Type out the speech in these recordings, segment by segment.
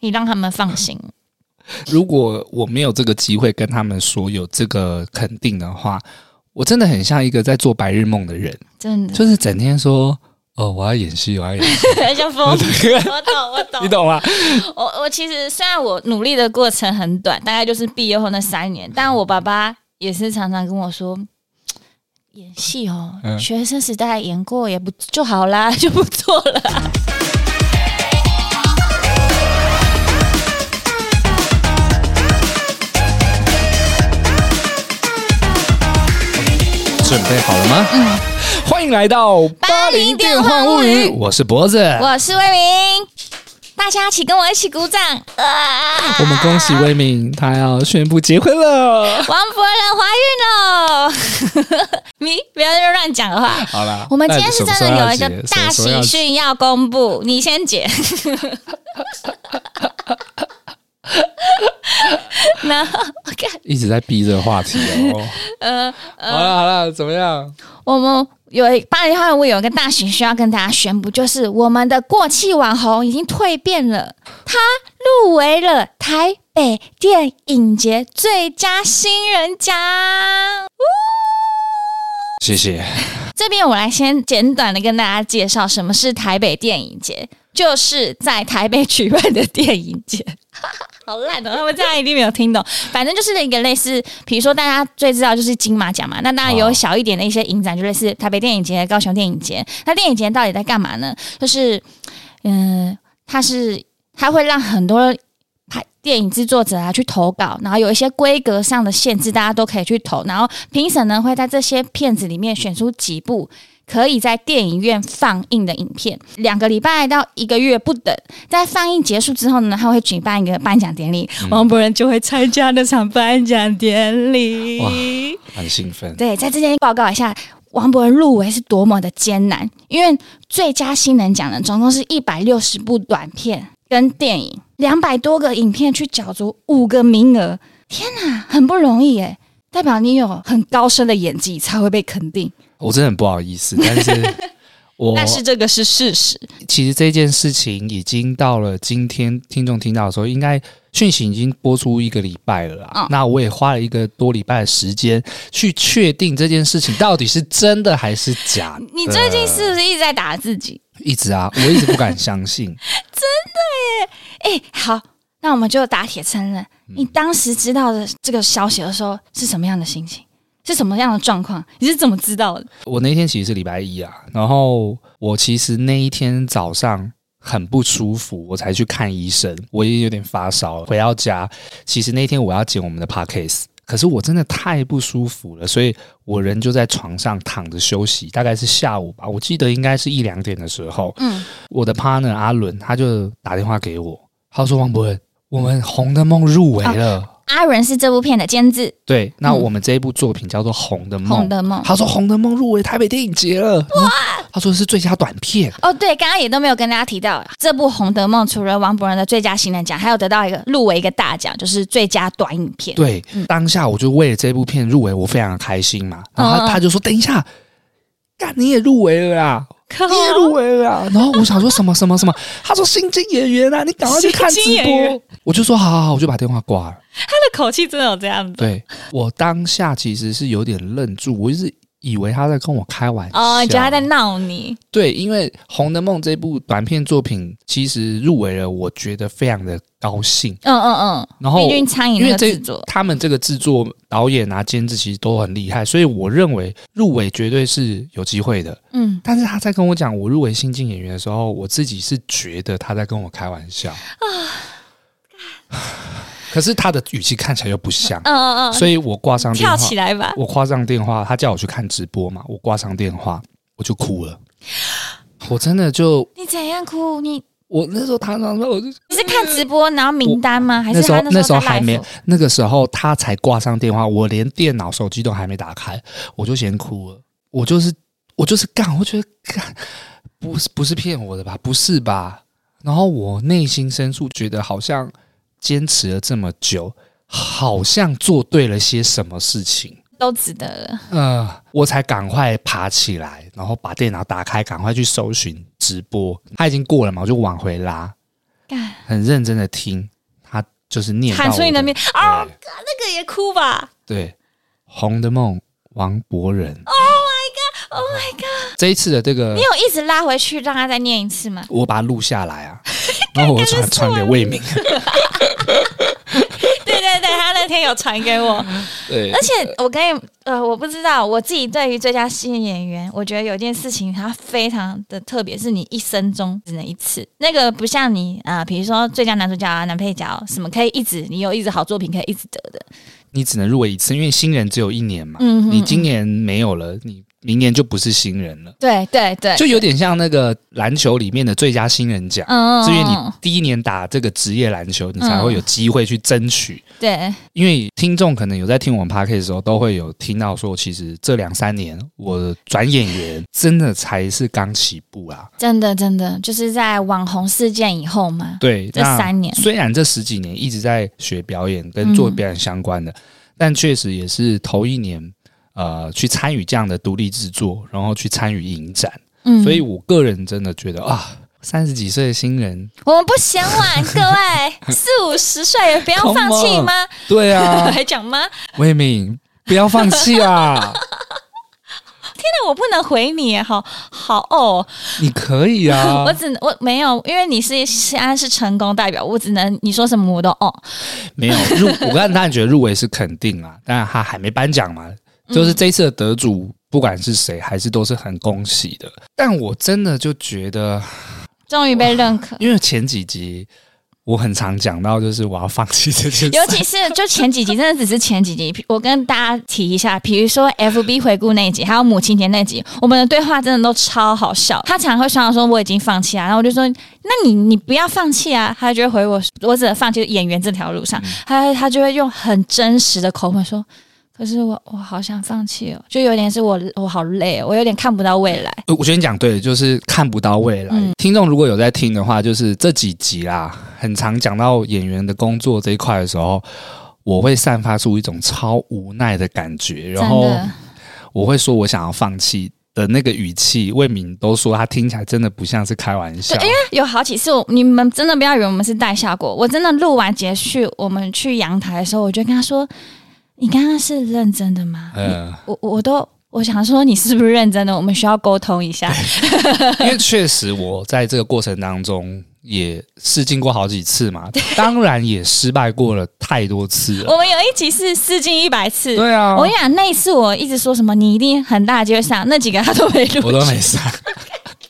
你让他们放心。如果我没有这个机会跟他们说有这个肯定的话，我真的很像一个在做白日梦的人， 真 的，就是整天说哦，我要演戏，我要 演戏，像疯子。我懂，我你懂。懂吗？我我其实虽然我努力的过程很短，大概就是毕业后那三年，但我爸爸也是常常跟我说，演戏哦，嗯学生时代演过也不就好啦， 就不错了。准备好了吗？嗯，欢迎来到巴黎电幻物语我是脖子。我是魏明，大家一起跟我一起鼓掌。啊我们恭喜威敏，他要宣布结婚了。王夫人怀孕了， 你不要在这乱讲的话。好啦，我们今天是真的有一个那大什么时候要喜结，讯要公布，你先解。然后，我看，一直在逼这个话题哦。 呃，好了好了，怎么样？我们有一八零号，我有一个大喜讯要跟大家宣布，就是我们的过气网红已经蜕变了，他入围了台北电影节最佳新人奖。谢谢。这边我来先简短的跟大家介绍什么是台北电影节，就是在台北举办的电影节。 好烂哦！他们这样一定没有听懂。反正就是一个类似，比如说大家最知道就是金马奖嘛，那当然有哦小一点的一些影展，就类似台北电影节、高雄电影节。那电影节到底在干嘛呢？就是，嗯、它是它会让很多拍电影制作者啊去投稿，然后有一些规格上的限制，大家都可以去投。然后评审呢会在这些片子里面选出几部可以在电影院放映的影片，两个礼拜到一个月不等。在放映结束之后呢，他会举办一个颁奖典礼，王博仁就会参加那场颁奖典哇礼。很兴奋。对，在这边报告一下，王博仁入围是多么的艰难，因为最佳新人奖呢，总共是一百六十部短片跟电影，两百多个影片去角逐五个名额，天哪，很不容易耶！代表你有很高深的演技才会被肯定，我真的很不好意思，但是 我但是这个是事实。其实这件事情已经到了今天听众听到的时候，应该讯息已经播出一个礼拜了啦。嗯那我也花了一个多礼拜的时间去确定这件事情到底是真的还是假的。你最近是不是一直在打自己？一直啊，我一直不敢相信。哎、好，那我们就打铁趁热。你当时知道的这个消息的时候是什么样的心情？是什么样的状况？你是怎么知道的？我那天其实是礼拜一啊，然后我其实那一天早上很不舒服，我才去看医生，我也有点发烧了。回到家，其实那天我要剪我们的 podcast，可是我真的太不舒服了，所以我人就在床上躺着休息，大概是下午吧，我记得应该是一两点的时候，嗯，我的 partner 阿伦他就打电话给我，他说王博文，我们《红的梦》入围了。阿伦是这部片的监制，对，那嗯我们这一部作品叫做《红的《梦》红，的梦》他说《红的梦》入围台北电影节了，哇！他说是最佳短片，哦，对，刚刚也都没有跟大家提到，这部《红的梦》除了王博仁的最佳新人奖，还有得到一个入围一个大奖，就是最佳短影片。对，当下我就为了这部片入围，我非常的开心嘛。然后嗯嗯他他就说：“等一下，干你也入围了啦，可你也入围了啊啦。”然后我想说什么什么什么，他说新晋演员啊，你赶快去看直新晋演员播。我就说好好好，我就把电话挂了。口气真的有这样子对我当下其实是有点愣住，我一直以为他在跟我开玩笑。哦，你觉得他在闹你？对，因为《红的梦》这部短片作品其实入围了，我觉得非常的高兴。嗯嗯然嗯，后毕竟苍蝇因为的这制作，他们这个制作导演啊、监制其实都很厉害，所以我认为入围绝对是有机会的。嗯，但是他在跟我讲我入围新晋演员的时候，我自己是觉得他在跟我开玩笑啊，啊可是他的语气看起来又不像，嗯嗯嗯，所以我挂上电跳话，起来吧！我挂上电话，他叫我去看直播嘛，我挂上电话我就哭了，我真的就你怎样哭？你我那时候他那时候我就你是看直播然后名单吗？还是那时候他那时时候候在 live？还没那个时候他才挂上电话，我连电脑、手机都还没打开，我就先哭了。我就是我就是干，我觉得干不是不是骗我的吧？不是吧？然后我内心深处觉得好像坚持了这么久，好像做对了些什么事情。都值得了。嗯，我才赶快爬起来，然后把电脑打开，赶快去搜寻直播。他已经过了嘛，我就往回拉。干很认真的听，他就是念喊出你的的名哦，那个也哭吧对，《红的梦》王博仁。 ，Oh my god，Oh my god，这一次的这个你，有一直拉回去让他再念一次吗？我把它录下来 啊，然后我传传给魏明。对对对，他那天有传给我， 对而，且我跟你呃，我不知道我自己对于最佳新人演员，我觉得有一件事情它非常的特别，是你一生中只能一次。那个不像你啊、呃比如说最佳男主角啊、男配角什么，可以一直你有一直好作品可以一直得 的。你只能入围一次，因为新人只有一年嘛。嗯哼你今年没有了，你明年就不是新人了，对对对，就有点像那个篮球里面的最佳新人奖。嗯是因为你嗯第一年打这个职业篮球，你才会有机会去争取。对因为听众可能有在听我们 p a c k 的时候，都会有听到说，其实这两三年我转演员真的才是刚起步啊。真的真的就是在网红事件以后嘛，对，这那三年虽然这十几年一直在学表演跟做表演相关的，但确实也是头一年呃去参与这样的独立制作，然后去参与影展，嗯，所以我个人真的觉得啊。三十几岁的新 人，我们不嫌晚，各 位四五十岁也不要放弃吗？对 啊，还讲吗？魏敏，不要放弃啊！那我不能回你耶，好好哦。你可以 啊 我，只我没有，因为你是西安是成功代表，我只能你说什么我都哦。没有入，我刚才当然觉得入围是肯定啦，但他还没颁奖嘛，就是嗯这一次的得主，不管是谁，还是都是很恭喜的。但我真的就觉得，终于被认可，因为前几集我很常讲到，就是我要放弃这件尤事。其是就前几集，真的只是前几集。我跟大家提一下，比如说 FB 回顾那一集，还有母亲节那集，我们的对话真的都超好笑。他常常会常常说我已经放弃啊，然后我就说那你你不要放弃啊，他就会回我我只能放弃演员这条路嗯上，他他就会用很真实的口吻说。可是我我好想放弃哦，就有点是我我好累哦，我有点看不到未来。呃我觉得你讲对了，就是看不到未来。嗯听众如果有在听的话，就是这几集啦，很常讲到演员的工作这一块的时候，我会散发出一种超无奈的感觉，然真后的我会说我想要放弃的那个语气，魏敏都说他听起来真的不像是开玩笑。有好几次我，你们真的不要以为我们是带效果。我真的录完结束，我们去阳台的时候，我就跟他说：“你刚刚是认真的吗？”嗯，我我都我想说你是不是认真的？我们需要沟通一下。嗯因为确实我在这个过程当中也试镜过好几次 嘛，当然也失败过了太多次了。我们有一集是试镜一百次。对啊，我跟你讲，那一次我一直说什么你一定很大机会上，那几个他都没录我都没 上。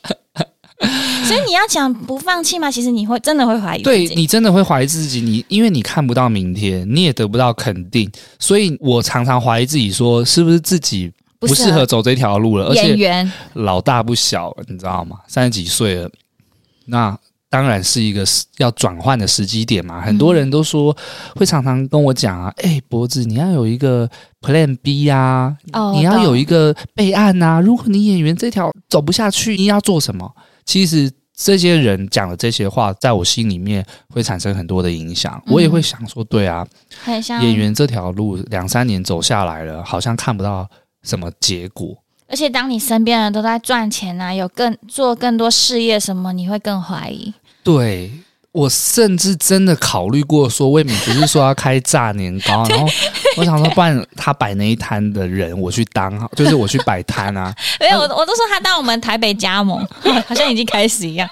所以你要讲不放弃吗？其实你会真的会怀疑自对己。你真的会怀疑自己，你因为你看不到明天，你也得不到肯定，所以我常常怀疑自己说是不是自己不适合走这条路了，而且演员，老大不小了，你知道吗？三十几岁了，那当然是一个时要转换的时机点嘛。很多人都说会常常跟我讲啊，哎、脖子你要有一个 Plan B 啊，哦你要懂有一个备案啊。如果你演员这条走不下去，你要做什么？其实。这些人讲的这些话，在我心里面会产生很多的影响。我也会想说，对啊，很像演员这条路两三年走下来了，好像看不到什么结果。而且当你身边人都在赚钱啊，有更做更多事业什么，你会更怀疑。对我甚至真的考虑过说，魏敏不是说要开炸年 糕，然后我想说，不然他摆那一摊的人，我去当 好，就是我去摆摊啊。没哎有，我我都说他到我们台北加 盟，好像已经开始一样，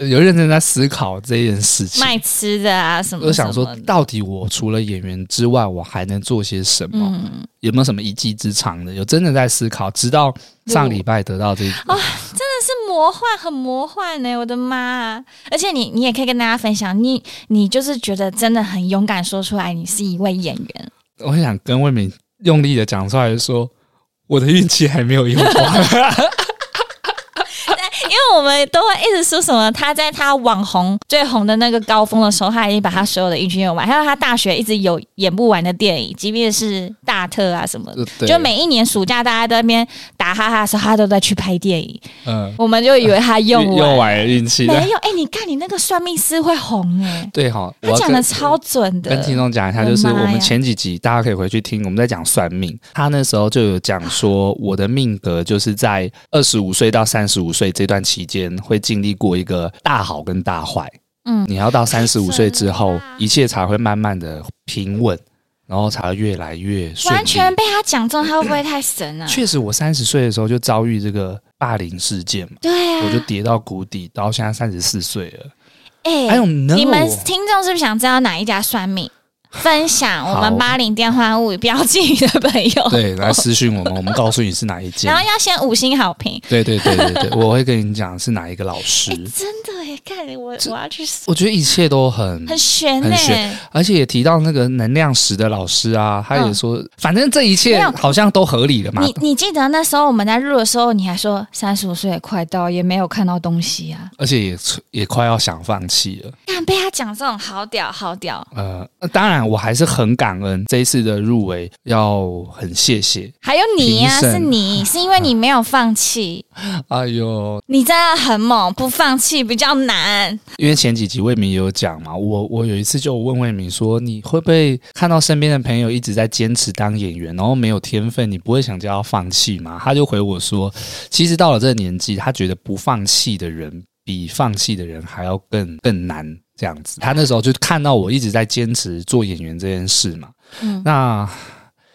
有认真在思考这件事情，卖吃的啊什么什么的。我想说，到底我除了演员之外，我还能做些什么？嗯，有没有什么一技之长的？有真的在思考，直到上礼拜得到这一哦是魔幻，很魔幻呢、我的妈、啊！而且你你也可以跟大家分享，你你就是觉得真的很勇敢，说出来你是一位演员。我想跟魏敏用力的讲出来说，我的运气还没有用光。 因为我们都会一直说什么，他在他网红最红的那个高峰的时候，他已经把他所有的一军用完，还有他大学一直有演不完的电影，即便是大特啊什么的。对就每一年暑假，大家在那边打哈哈的时候，他都在去拍电影，嗯，我们就以为他用完用完了运气没有，哎、你看你那个算命师会红哎、对哈，他我要讲跟的超准的跟。听众讲一下，我的就是我妈呀们前几集大家可以回去听，我们在讲算命，他那时候就有讲说，我的命格就是在二十五岁到三十五岁这段期间会经历过一个大好跟大坏。嗯，你要到三十五岁之后 真的啊，一切才会慢慢的平稳，然后才会越来越顺利。完全被他讲中，他会不会太神啊？确实，我三十岁的时候就遭遇这个霸凌事件嘛， 对我就啊，跌到谷底，到现在三十四岁 了。哎、 I don't 你们 know，听众是不是想知道哪一家算命？分享我好们八零电话物语标记你的朋友，对，来私讯我们，我们告诉你是哪一间然。后要先五星好评。对对对对 对，我会跟你讲是哪一个老哎、师。真的耶！看我我要去搜，我觉得一切都很很悬呢很。悬而且也提到那个能量石的老师啊，他也说，反正这一切嗯没有好像都合理了嘛你。你记得那时候我们在录的时候，你还说三十五岁也快到，也没有看到东西啊。而且也也快要想放弃了。看被他讲这种好屌好屌，呃，当然我还是很感恩这一次的入围，要很谢谢。还有你呀、评审是你是因为你没有放弃，哎呦，你真的很猛，不放弃比较难。因为前几集魏明也有讲嘛，我我有一次就问魏明说，你会不会看到身边的朋友一直在坚持当演员，然后没有天分，你不会想叫他放弃吗？他就回我说，其实到了这个年纪，他觉得不放弃的人比放弃的人还要更更难。这样子，他那时候就看到我一直在坚持做演员这件事嘛。嗯那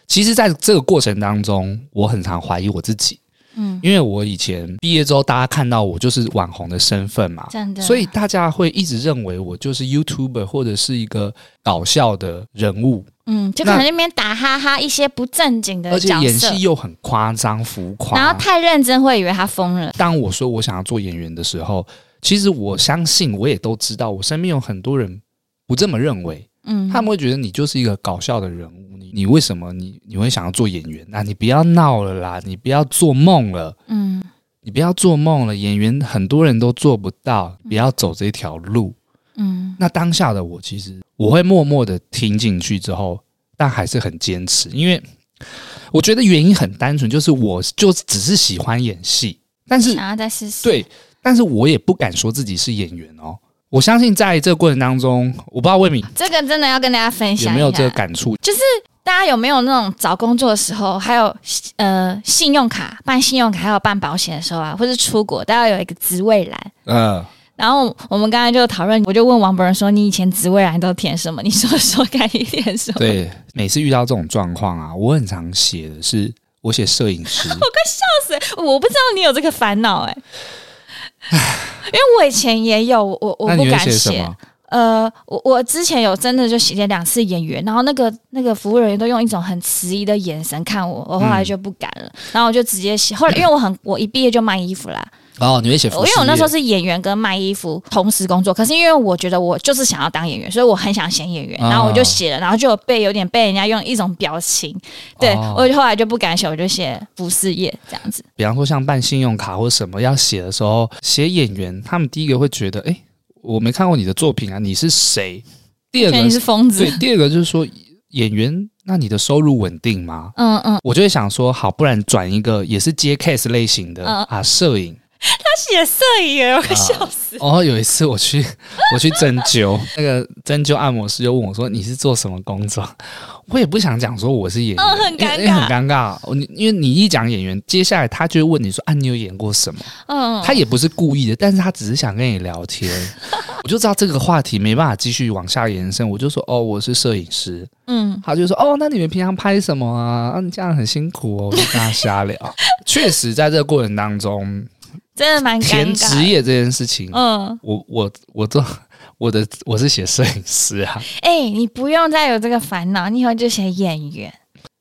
其实，在这个过程当中，我很常怀疑我自己，嗯，因为我以前毕业之后，大家看到我就是网红的身份嘛，真的。所以大家会一直认为我就是 YouTuber 或者是一个搞笑的人物，嗯，就可能那边打哈哈一些不正经的而且角演色戏，啊又很夸张浮然后夸。太认真会以为他疯了。当我说我想要做演员的时候，其实我相信我也都知道，我身边有很多人不这么认为，嗯，他们会觉得你就是一个搞笑的人物，你你为什么你你会想要做演员？啊那、你不要闹了啦，你不要做梦了。嗯你不要做梦了，演员很多人都做不到，不要走这条路。嗯那当下的我，其实我会默默的听进去之后，但还是很坚持，因为我觉得原因很单纯，就是我就只是喜欢演戏，但是想要再试试。，对，但是我也不敢说自己是演员哦。我相信在这个过程当中，我不知道魏敏这个真的要跟大家分享有一下。没有这个感触，大家有没有那种找工作的时候，还有呃信用卡办信用卡，还有办保险的时候啊，或是出国，大家有一个职位栏。嗯、呃，然后我们刚才就讨论，我就问王博仁说：“你以前职位栏都填什么？你说说看，你填什么？”，对， 每次遇到这种状况啊，我很常写的是我写摄影师，我不知道你有这个烦恼 哎、因为我以前也有，我 我那不你会敢写什写。么？呃，我我之前有真的就写了两次演员，然后那个那个服务人员都用一种很迟疑的眼神看我，我后来就不敢嗯了，然后我就直接写。后来因为我很我一毕业就卖衣服啦，哦，你会写服我因为我那时候饰是演员跟卖衣服同时工作，可是因为我觉得我就是想要当演员，所以我很想写演员，啊然后我就写了，然后就有被有点被人家用一种表情，对、哦我后来就不敢写，我就写服饰业这样子。比方说像办信用卡或什么要写的时候，写演员，他们第一个会觉得，哎、我没看过你的作品啊，你是谁？第二所以你个是疯子对，，第二个就是说演员，那你的收入稳定吗？嗯嗯，我就会想说，好，不然转一个也是接 case 类型的、嗯啊，摄影。他写摄影耶，我快笑死。哦，有一次我去 我去针灸，那个针灸按摩师就问我说：“你是做什么工作？”我也不想讲说我是演员，嗯很因为尴因为很尬尴尬。哦你因为你一讲演员，接下来他就会问你说：“啊，你有演过什么？”嗯，他也不是故意的，但是他只是想跟你聊 天。我就知道这个话题没办法继续往下延伸，我就说哦，我是摄影师。嗯，他就说哦，那你们平常拍什么啊？啊，你这样很辛苦哦。我就跟他 瞎聊。确实，在这个过程当中，真的蛮尴填尬职的。业这件事情，嗯，我我我做我的我是写摄影师啊，哎、你不用再有这个烦恼，你以后就写演员。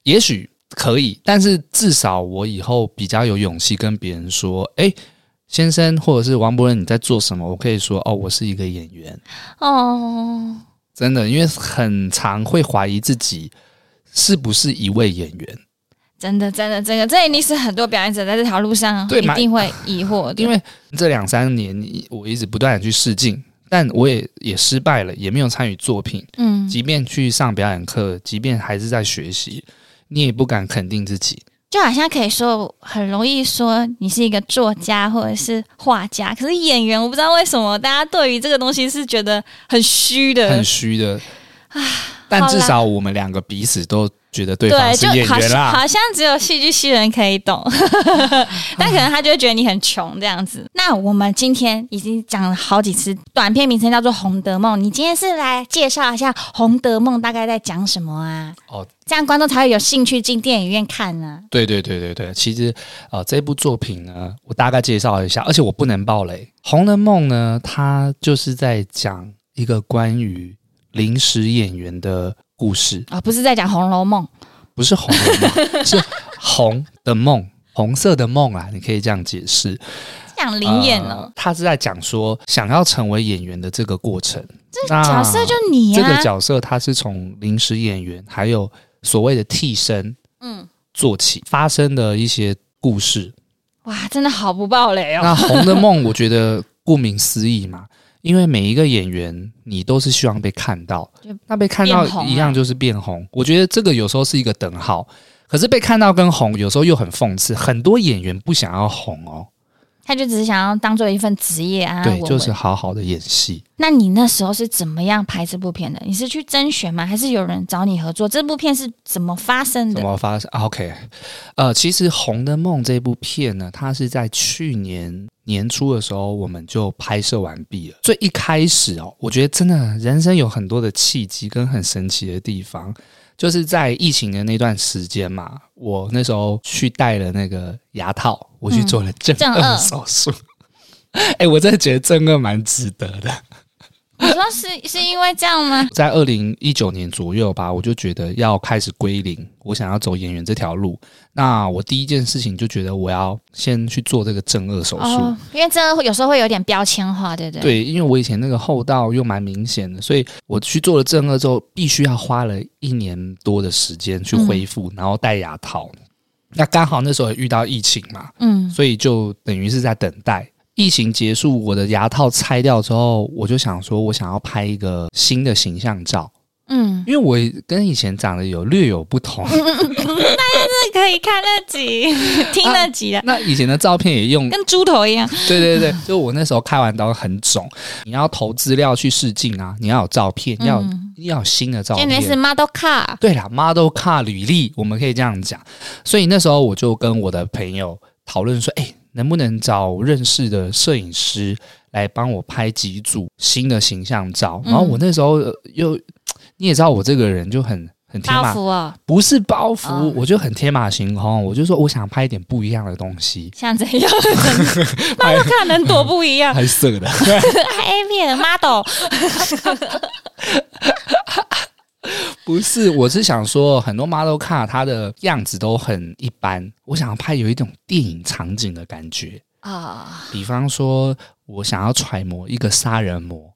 也许可以，但是至少我以后比较有勇气跟别人说，哎、先生或者是王伯仁，你在做什么？我可以说哦，我是一个演员。哦，真的，因为很常会怀疑自己是不是一位演员，真的，真的，真的，这一定是很多表演者在这条路上对一蛮定会疑惑的，因为这两三年我一直不断的去试镜，但我也也失败了，也没有参与作品，嗯，即便去上表演课，即便还是在学习，你也不敢肯定自己。就好像可以说很容易说你是一个作家或者是画家，可是演员我不知道为什么大家对于这个东西是觉得很虚的很，虚的。但至呃好啦少我们两个彼此都觉得对方对，是就演好员像啦。好像只有戏剧系人可以 懂，但可能他就会觉得你很穷这样子。那我们今天已经讲了好几次，短片名称叫做《洪德梦》，你今天是来介绍一下《洪德梦》大概在讲什么啊？哦，这样观众才会有兴趣进电影院看啊呢、对对对对对，其实呃这部作品呢，我大概介绍一下，而且我不能爆雷。《红楼梦》呢，它就是在讲一个关于临时演员的故事，啊。不是在讲《红楼梦》不是《红楼梦》， 是红的梦，红色的梦啊，你可以这样解释。讲灵眼呃哦，他是在讲说想要成为演员的这个过程。这角色就你啊这啊个，角色他是从临时演员，还有所谓的替身嗯，做起，发生的一些故事。哇，真的好不爆雷哦。那《红的梦》，我觉得顾名思义嘛，因为每一个演员你都是希望被看到就，那被看到变红啊一样就是变红。我觉得这个有时候是一个等号，可是被看到跟红有时候又很讽刺，很多演员不想要红哦，他就只是想要当做一份职业啊，安安对，稳就稳是好好的演戏。那你那时候是怎么样拍这部片的？你是去甄选吗？还是有人找你合作？这部片是怎么发生怎的？么发生、啊、？OK，呃，其实《红的梦》这部片呢，它是在去年年初的时候我们就拍摄完毕了。最一开始哦，我觉得真的人生有很多的契机跟很神奇的地方，就是在疫情的那段时间嘛，我那时候去戴了那个牙套，我去做了正正颚颚手术。 哎、我真的觉得正颚蛮值得的。你说是是因为这样吗？在二零一九年左右吧，我就觉得要开始归零，我想要走演员这条路。那我第一件事情就觉得我要先去做这个正颚手术。哦，因为这有时候会有点标签化，对不对？对，因为我以前那个后道又蛮明显的，所以我去做了正颚之后，必须要花了一年多的时间去嗯恢复，然后戴牙套。那刚好那时候也遇到疫情嘛，嗯，所以就等于是在等待疫情结束。我的牙套拆掉之后，我就想说，我想要拍一个新的形象照。嗯因为我跟以前长得有略有 不同，这可以看那集， 听那集啊，那以前的照片也用， 跟猪头一样。对对对，就我那时候开完刀很肿，你要投资料去试镜啊，你要有照片，要有嗯，要有新的照因为是片。 model car，对啦，model 卡履历，我们可以这样讲。所以那时候我就跟我的朋友讨论说，哎，能不能找认识的摄影师来帮我拍几组新的形象照？嗯然后我那时候呃又，你也知道我这个人就很很天马包袱哦，不是包袱，哦我就很天马行空，我就说我想拍一点不一样的东西，像这 样哎，model car 能多不一样拍色的。 ？A 片 model， 不是，我是想说很多 model 卡它的样子都很一般，我想要拍有一种电影场景的感觉，啊，比方说我想要揣摩一个杀人魔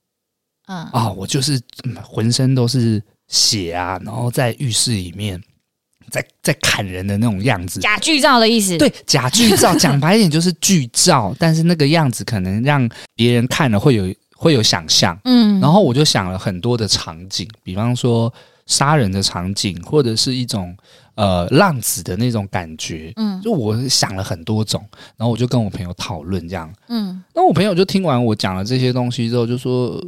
嗯，啊、我就是、嗯浑身都是血啊，然后在浴室里面在在砍人的那种样子。假剧照的意思。对，假剧 照，讲白一点就是剧照，但是那个样子可能让别人看了会有会有想象。嗯，然后我就想了很多的场景，比方说杀人的场景，或者是一种呃浪子的那种感觉。嗯就我想了很多种，然后我就跟我朋友讨论这样。嗯那我朋友就听完我讲了这些东西之后，就说。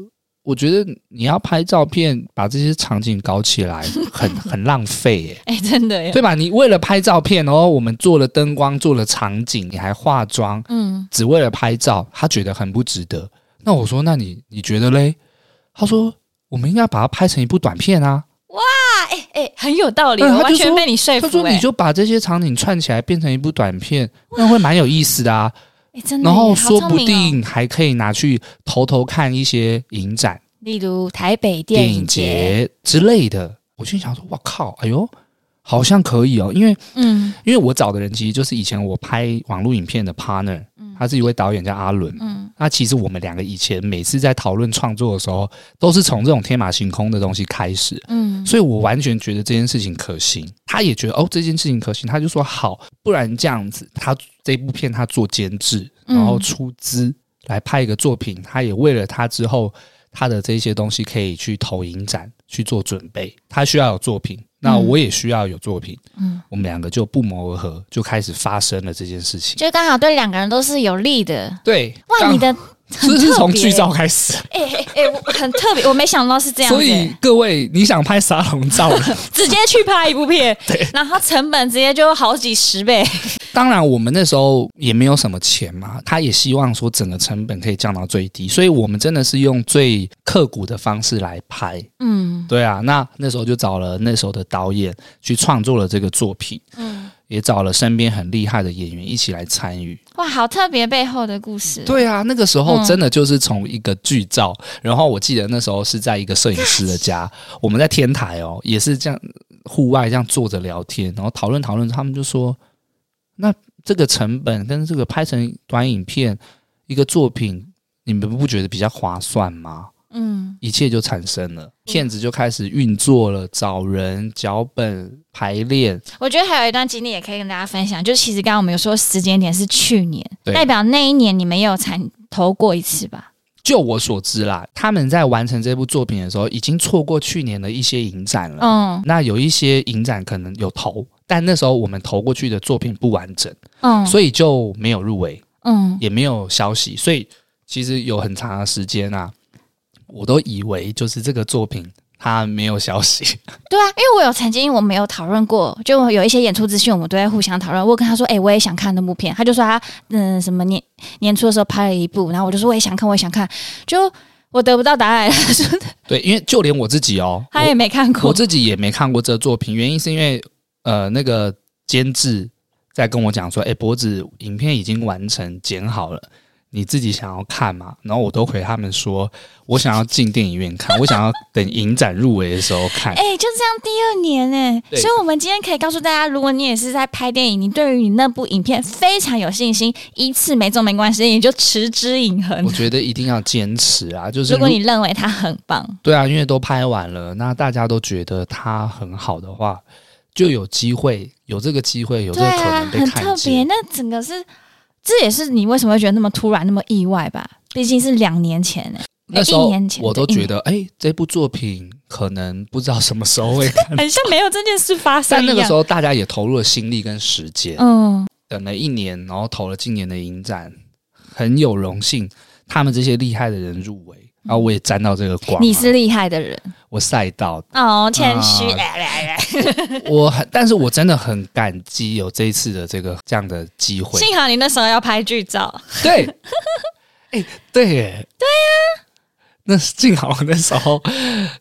我觉得你要拍照片，把这些场景搞起 来很很浪费耶、哎、真的耶，对吧？你为了拍照片，然后我们做了灯光，做了场景，你还化妆，嗯，只为了拍照，他觉得很不值得。那我说，那你你觉得嘞？他说，我们应该把它拍成一部短片啊。哎、哎、很有道理，嗯我他就完全说被你说服、他哎，说，你就把这些场景串起来变成一部短片，那会蛮有意思的啊。哎、真的耶，然后好说聪不明哦定还可以拿去偷偷看一些影展、例如台北电电影影节，节之类的。我心想说，哇靠，哎呦，好像可以哦，因为嗯因为我找的人其实就是以前我拍网络影片的 partner，他是一位导演叫阿伦。嗯那其实我们两个以前每次在讨论创作的时候，都是从这种天马行空的东西开始，嗯，所以我完全觉得这件事情可行。他也觉得哦，这件事情可行，他就说好，不然这样子，他这部片他做监制，嗯然后出资来拍一个作品，他也为了他之后他的这些东西可以去投影展去做准备，他需要有作品，那嗯我也需要有作品，嗯，我们两个就不谋而合，就开始发生了这件事情。就刚好对两个人都是有利的。对，哇，刚你的很所以是特从别剧。照开始。哎哎哎，我很特别，我没想到是这样所子、以各位，你想拍沙龙照 的，直接去拍一部 片，然后成本直接就好几十倍。当然我们那时候也没有什么钱嘛，他也希望说整个成本可以降到最低，所以我们真的是用最刻苦的方式来拍。嗯对啊，那那时候就找了那时候的导演去创作了这个作品，嗯，也找了身边很厉害的演员一起来参与。哇，好特别背后的故事。对啊，那个时候嗯真的就是从一个剧照，然后我记得那时候是在一个摄影师的家，我们在天台哦，也是这样户外这样坐着聊天，然后讨论讨论，他们就说，那这个成本跟这个拍成短影片一个作品，你们不觉得比较划算吗？嗯一切就产生了，片子就开始运作了，找人、脚本、排练，我觉得还有一段经历也可以跟大家分享，就是其实刚刚我们有说时间点是去年，对代表那一年你们也有参投过一次吧？就我所知啦，他们在完成这部作品的时候，已经错过去年的一些影展了。嗯那有一些影展可能有投，但那时候我们投过去的作品不完整，嗯，以所以就没有入围，嗯也没有消息。所以其实有很长的时间啊，我都以为就是这个作品它没有消息。 对啊，因为我有曾经我们有讨论过，就有一些演出资讯，我们都在互相讨论。我有跟他说，哎、我也想看那部片，他就说他嗯什么年年初的时候拍了一部，然后我就说我也想看，我也想看，就我得不到答案， 对，因为就连我自己哦，他也没看我过我。自己也没看过这作品，原因是因为呃，那个监制在跟我讲说，哎、脖子影片已经完成剪好了，你自己想要看吗？然后我都回他们说，我想要进电影院看，我想要等影展入围的时候 看。哎、就这样第二年哎、对所以我们今天可以告诉大家，如果你也是在拍电影，你对于你那部影片非常有信心，一次没中没关系，你就持之以恒我。觉得一定要坚持啊，就是哎如果如你认为它很棒，对啊，因为都拍完了，那大家都觉得它很好的话，就有机会，有这个机会，有这对个可啊，能被很看特见别。。那整个是，这也是你为什么会觉得那么突然、那么意外吧？毕竟是两年前哎、那时候一年前嗯我都对一觉得，哎、这部作品可能不知道什么 时候会看，很像没有这件事发生嗯但一那样。个时候大家也投入了心力跟时间，嗯，等了一年，然后投了今年的影展，很有荣幸，他们这些厉害的人入围，然后我也沾到这个光啊、你是厉害的人，我赛到哦，谦虚，哎啊来来来，我很，但是我真的很感激有这一次的这个这样的机会，幸好你那时候要拍剧照。对，哎、对耶，对啊呀、那幸好那时候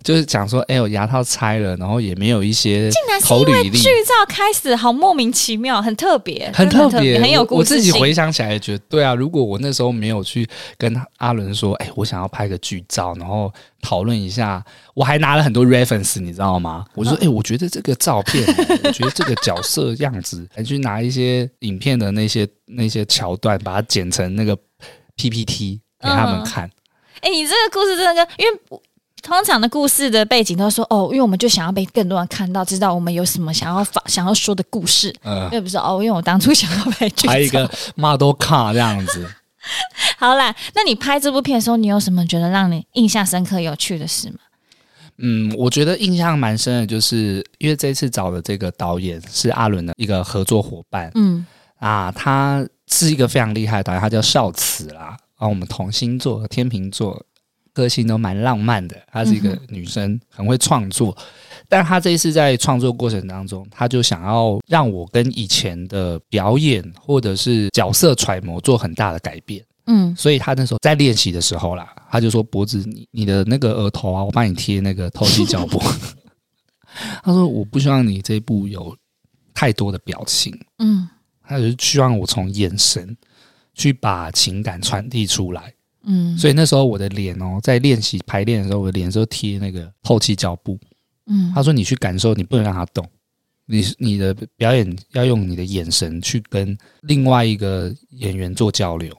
就是讲说，哎、我牙套拆了，然后也没有一些竟然是投因履为历剧，照开始，好莫名其妙，很特别，真很的特很特别。很有我故我事性。自己回想起来，觉得对啊，如果我那时候没有去跟阿伦说，哎、我想要拍个剧照，然后讨论一下，我还拿了很多 reference，你知道吗？我嗯就说，哎、我觉得这个照片哦，我觉得这个角色样子，还去拿一些影片的那些那些桥段，把它剪成那个 PPT 给他们嗯看。哎、你这个故事真的跟，因为我通常的故事的背景都说哦，因为我们就想要被更多人看到，知道我们有什么想要发想要说的故事。呃，又不是哦，因为我当初想要拍剧照。还有一个 model car 这样子。好啦，那你拍这部片的时候，你有什么觉得让你印象深刻、有趣的事吗？嗯，我觉得印象蛮深的，就是因为这次找的这个导演是阿伦的一个合作伙伴嗯啊，他是一个非常厉害的导演，他叫邵慈啦。啊，我们同星座，天秤座，个性都蛮浪漫的。她是一个嗯女生，很会创作。但她这一次在创作过程当中，她就想要让我跟以前的表演或者是角色揣摩做很大的改变。嗯所以他那时候在练习的时候啦，他就说：“脖子，你你的那个额头啊，我帮你贴那个透气胶布。”他说：“我不希望你这一步有太多的表情，嗯他就是希望我从眼神去把情感传递出来。嗯，所以那时候我的脸哦，在练习排练的时候，我的脸就贴那个透气胶布。嗯他说：你去感受，你不能让它动。”你你的表演要用你的眼神去跟另外一个演员做交流，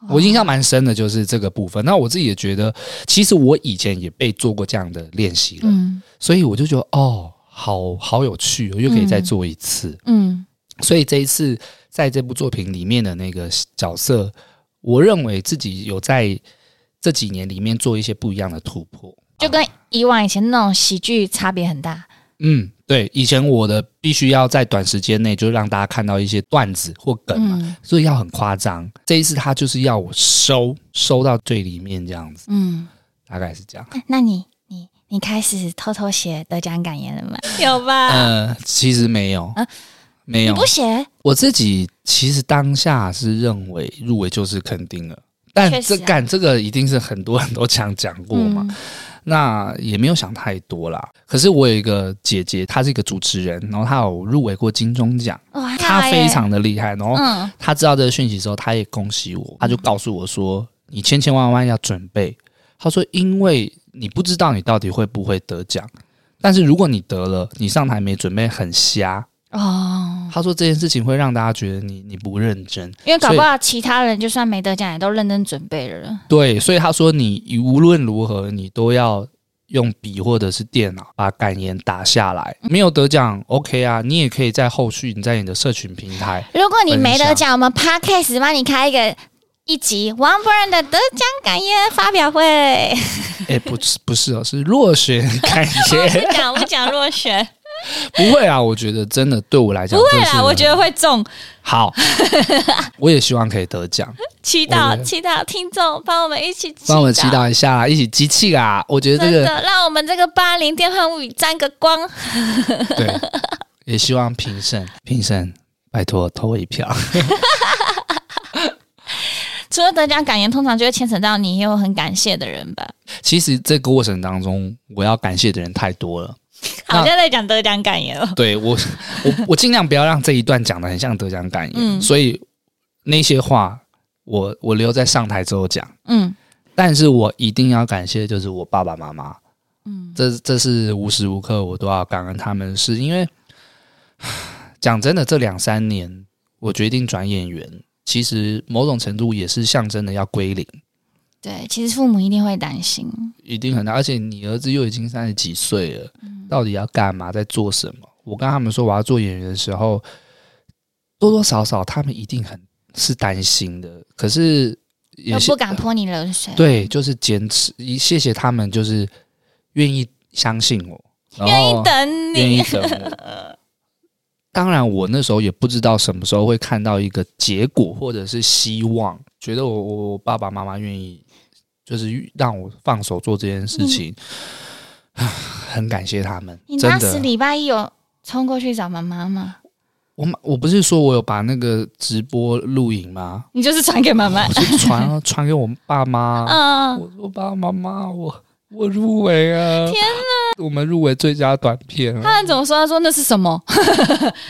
哦我印象蛮深的就是这个部分。那我自己也觉得，其实我以前也被做过这样的练习了，嗯所以我就觉得哦，好好有趣、哦，又可以再做一次。嗯所以这一次在这部作品里面的那个角色，我认为自己有在这几年里面做一些不一样的突破。就跟以往以前那种喜剧差别很大。嗯，对，以前我的必须要在短时间内就让大家看到一些段子或梗嘛，嗯所以要很夸张。这一次他就是要我收收到最里面这样子，嗯，大概是这样。那你你你开始偷偷写得奖感言了吗？有吧？呃，其实没有，啊没你有不，写，我自己其实当下是认为入围就是肯定了。但确实这啊干、这个一定是很多很多强讲过嘛，那也没有想太多啦。可是我有一个姐姐，她是一个主持人，然后她有入围过金钟奖，嗯？哇，她非耶常的厉害。然后嗯她知道这个讯息之后，她也恭喜我，她就告诉我说：“你千千万万要准备。”她说：“因为你不知道你到底会不会得奖，但是如果你得了，你上台没准备很瞎。”哦，她说这件事情会让大家觉得你你不认真。因为搞所以不好其他人就算没得奖，也都认真准备了。对，所以她说你无论如何你都要。用笔或者是电脑把感言打下来，没有得奖 OK 啊，你也可以在后续你在你的社群平 台如果你没得奖，我们 podcast 帮你开一个一集王博然的得奖感言发表会。哎、不是不是哦，是落选感觉，不 讲不讲落选，不会啊，我觉得真的对我来讲不会啊这是啦，我觉得会中。 好，我也希望可以得奖，祈我祷觉得祈祷听众帮我们一起帮我们祈祷一下，一起集气啊！我觉得真这个的让我们这个八零电幻物语沾个光。对，也希望评审评审拜托投我一票。 除了得奖感言，通常就会牵扯到你也有很感谢的人吧。其实这个过程当中，我要感谢的人太多了。那好像在讲得奖感言哦。 对我，我我尽量不要让这一段讲的很像得奖感言，嗯所以那些话我我留在上台之后讲。嗯但是我一定要感谢的就是我爸爸妈妈，嗯这这是无时无刻我都要感恩他们的事，因为讲真的，这两三年我决定转演员，其实某种程度也是象征的要归零，对，其实父母一定会担心。一定很大。而且你儿子又已经三十几岁了，嗯到底要干嘛，在做什么？我跟他们说我要做演员的时候，多多少少他们一定很是担心的，可是也又是不敢泼你冷水，对，就是坚持。一谢谢他们，就是愿意相信我，然愿意后等哦愿你。意等我。当然，我那时候也不知道什么时候会看到一个结果，或者是希望，觉得我我我爸爸妈妈愿意，就是让我放手做这件事情，很感谢他们你。真当时的，礼拜一有冲过去找妈妈吗？我妈我不是说我有把那个直播录影 吗？你就是传给妈妈我。就传啊传给我爸妈。嗯， 我说爸爸妈妈，我我入围啊！天哪，我们入围最佳短片了。他们怎么说？他说那是什么？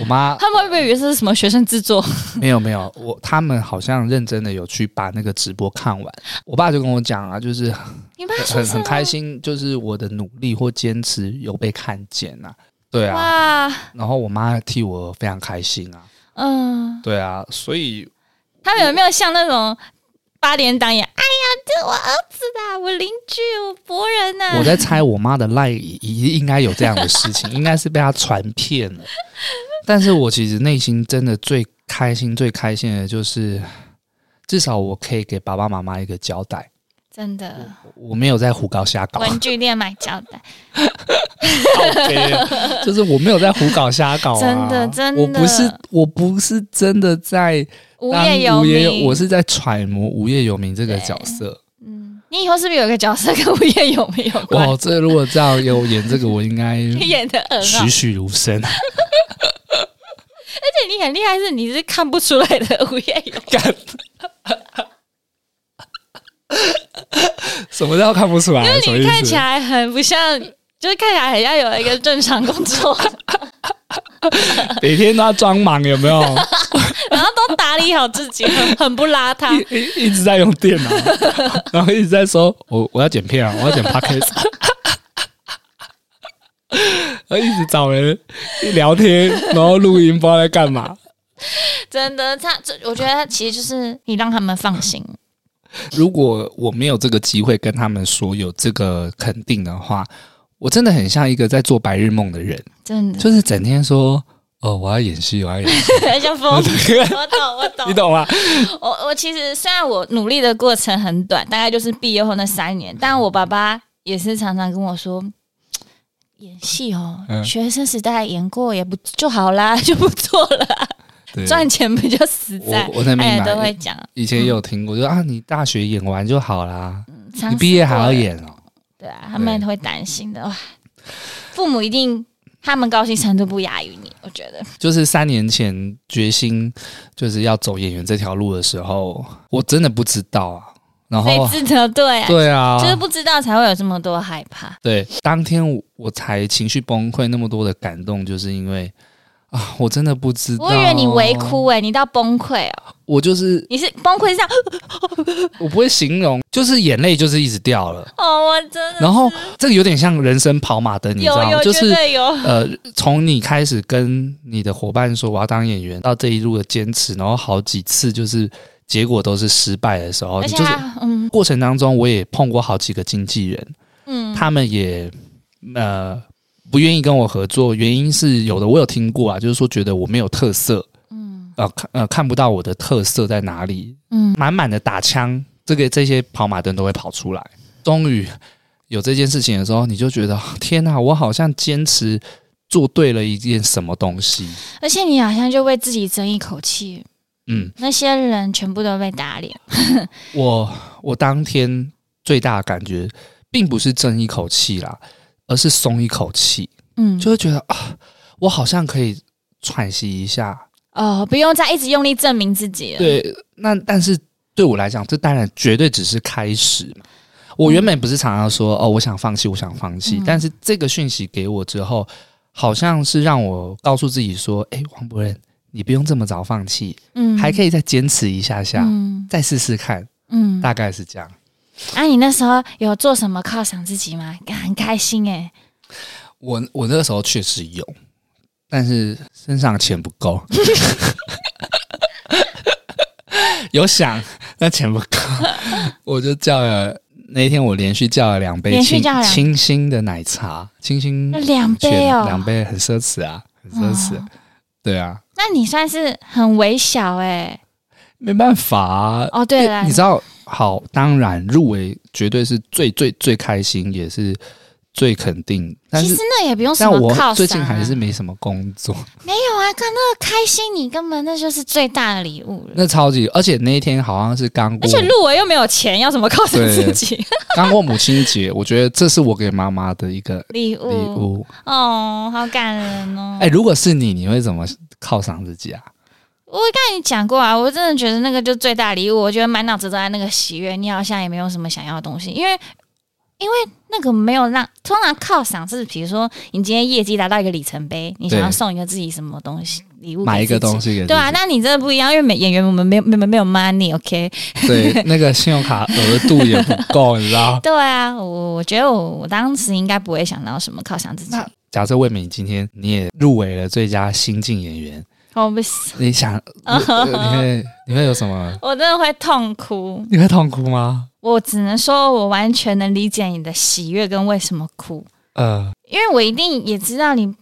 我妈他们会不会以为这是什么学生制作？ 没有没有，我他们好像认真的有去把那个直播看完。我爸就跟我讲啊，就是很你爸说 很什很么开心，就是我的努力或坚持有被看见啊。对啊，哇，然后我妈替我非常开心啊。嗯，对啊，所以他们有没有像那种八连党也？哎呀，这我儿子啦，我邻居，我伯仁呐、我在猜我妈的赖应应该有这样的事情，应该是被她传遍了。但是我其实内心真的最开心、最开心的就是，至少我可以给爸爸妈妈一个交代，真的我没有在胡搞瞎搞，文具店买胶带， 就是我没有在胡搞瞎搞、啊，真的真的我不是我不是真的在无当业游无业民。我是在揣摩无业游民这个角色。嗯，你以后是不是有一个角色跟无业游民有关？哇，这如果这样有演这个，我应 该你演的很好栩。栩如生。啊而且你很厉害，是你是看不出来的无业游民。干。 什么叫看不出来？啊什因么为意你思看起来很不像，就是看起来很像有一个正常工作， 每天都要装忙，有没有？然后都打理好自己，很很不邋 遢。一一一直在用电脑，然后一直在说：“我我要剪片啊，我要剪 podcast。”然后一直找人一聊天，然后录音，不知道在干嘛。真的，他这我觉得其实就是你让他们放心。如果我没有这个机会跟他们说有这个肯定的话，我真的很像一个在做白日梦的人，真的，就是整天说：“哦，我要演戏，我要演戏。” 像疯子。我懂，我你懂。懂吗？我我其实虽然我努力的过程很短，大概就是毕业后那三年，但我爸爸也是常常跟我说，演戏哦，嗯学生时代演过也不就好啦，就不错了， 对赚钱不就实在？我我能明哎白都会嗯讲，以前也有听过，就啊，你大学演完就好啦，尝你试毕业还过要了，演哦。对啊，他们会担心的哇，父母一定他们高兴程度不亚于你，我觉得就是三年前决心就是要走演员这条路的时候，我真的不知道啊。然所后以值得对啊，对啊，就是不知道才会有这么多害怕。对，当天我我才情绪崩溃，那么多的感动，就是因为啊，我真的不知道。我以为你微，哭哎、你到崩溃哦、我就是你是崩溃是这样我不会形容，就是眼泪就是一直掉了。哦，我真的然后这个有点像人生跑马灯，你知有道吗？有就绝是对有，呃，从你开始跟你的伙伴说我要当演员，到这一路的坚持，然后好几次就是结果都是失败的时候，而你且就是他嗯过程当中，我也碰过好几个经纪人，嗯，他们也呃不愿意跟我合作，原因是有的我有听过啊，就是说觉得我没有特色，嗯，呃看呃看不到我的特色在哪里，嗯嗯，满满的打枪，这个这些跑马灯都会跑出来。终于有这件事情的时候，你就觉得哦天哪、我好像坚持做对了一件什么东西，而且你好像就为自己争一口气，嗯，那些人全部都被打脸，我我当天最大的感觉，并不是争一口气啦，而是松一口气，嗯，就会觉得啊，我好像可以喘息一下。哦，不用再一直用力证明自己了，，对，那但是对我来讲，这当然绝对只是开始嘛。我原本不是常常说哦，我想放弃，我想放弃，嗯但是这个讯息给我之后，好像是让我告诉自己说，哎，王博仁，你不用这么早放弃，嗯还啊可以再坚持一下下，嗯再试试看，嗯，大概是这样。啊，你那时候有做什么犒赏自己吗？很开心哎、我我那个时候确实有，但是身上钱不够， 有想，但钱不够，我就叫了那一天我连续叫了两杯连续清叫两清新的奶茶，清新那两杯泉哦，两杯很奢侈啊，很奢侈，哦对啊，那你算是很微小哎、没办法、啊。哦，对了，你知道，好，当然入围绝对是最最最开心，也是最肯定。但其实是，那也不用什但么犒赏、我啊，最近还是没什么工作，没有啊，看那个开心，你根本那就是最大的礼物了。那超级，而且那一天好像是刚而过且入围又没有钱，要怎么犒赏自对己？刚过母亲节，我觉得这是我给妈妈的一个 礼礼物。哦，好感人哦！哎、如果是你，你会怎么犒赏自己啊？我跟你讲过啊，我真的觉得那个就最大礼物。我觉得满脑子都在那个喜悦，你好像也没有什么想要的东西，因为因为那个没有让通常犒赏是，比如说你今天业绩达到一个里程碑，你想要对送一个自己什么东西礼物，买一个东。西给自己对啊，那你真的不一样，因为每演员我们没有没有没有 money，OK？、。对，那个信用卡额度也不够，你知道对啊，我我觉得我我当时应该不会想到什么犒赏自己，那假设魏敏今天你也入围了最佳新晋演员，我不行，你想哦你你会你会有什么？我真的会痛哭。你会痛哭吗？我只能说，我完全能理解你的喜悦跟为什么哭，呃，因为我一定也知道你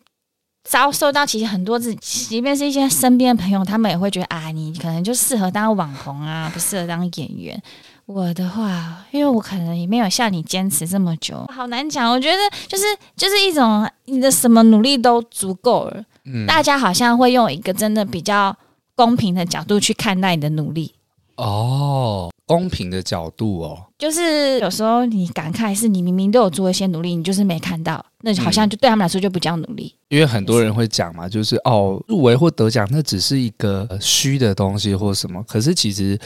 遭受到其实很多自己，即便是一些身边的朋友，他们也会觉得啊，你可能就适合当网红啊，不适合当演员。我的话，因为我可能也没有像你坚持这么久，好难讲。我觉得就是就是一种你的什么努力都足够了，嗯，大家好像会用一个真的比较公平的角度去看待你的努力。哦，公平的角度哦，就是有时候你感慨是你明明都有做一些努力，你就是没看到，那就好像就对他们来说就不叫努力。因为很多人会讲嘛，就是哦，入围或得奖那只是一个呃虚的东西或什么，可是其实，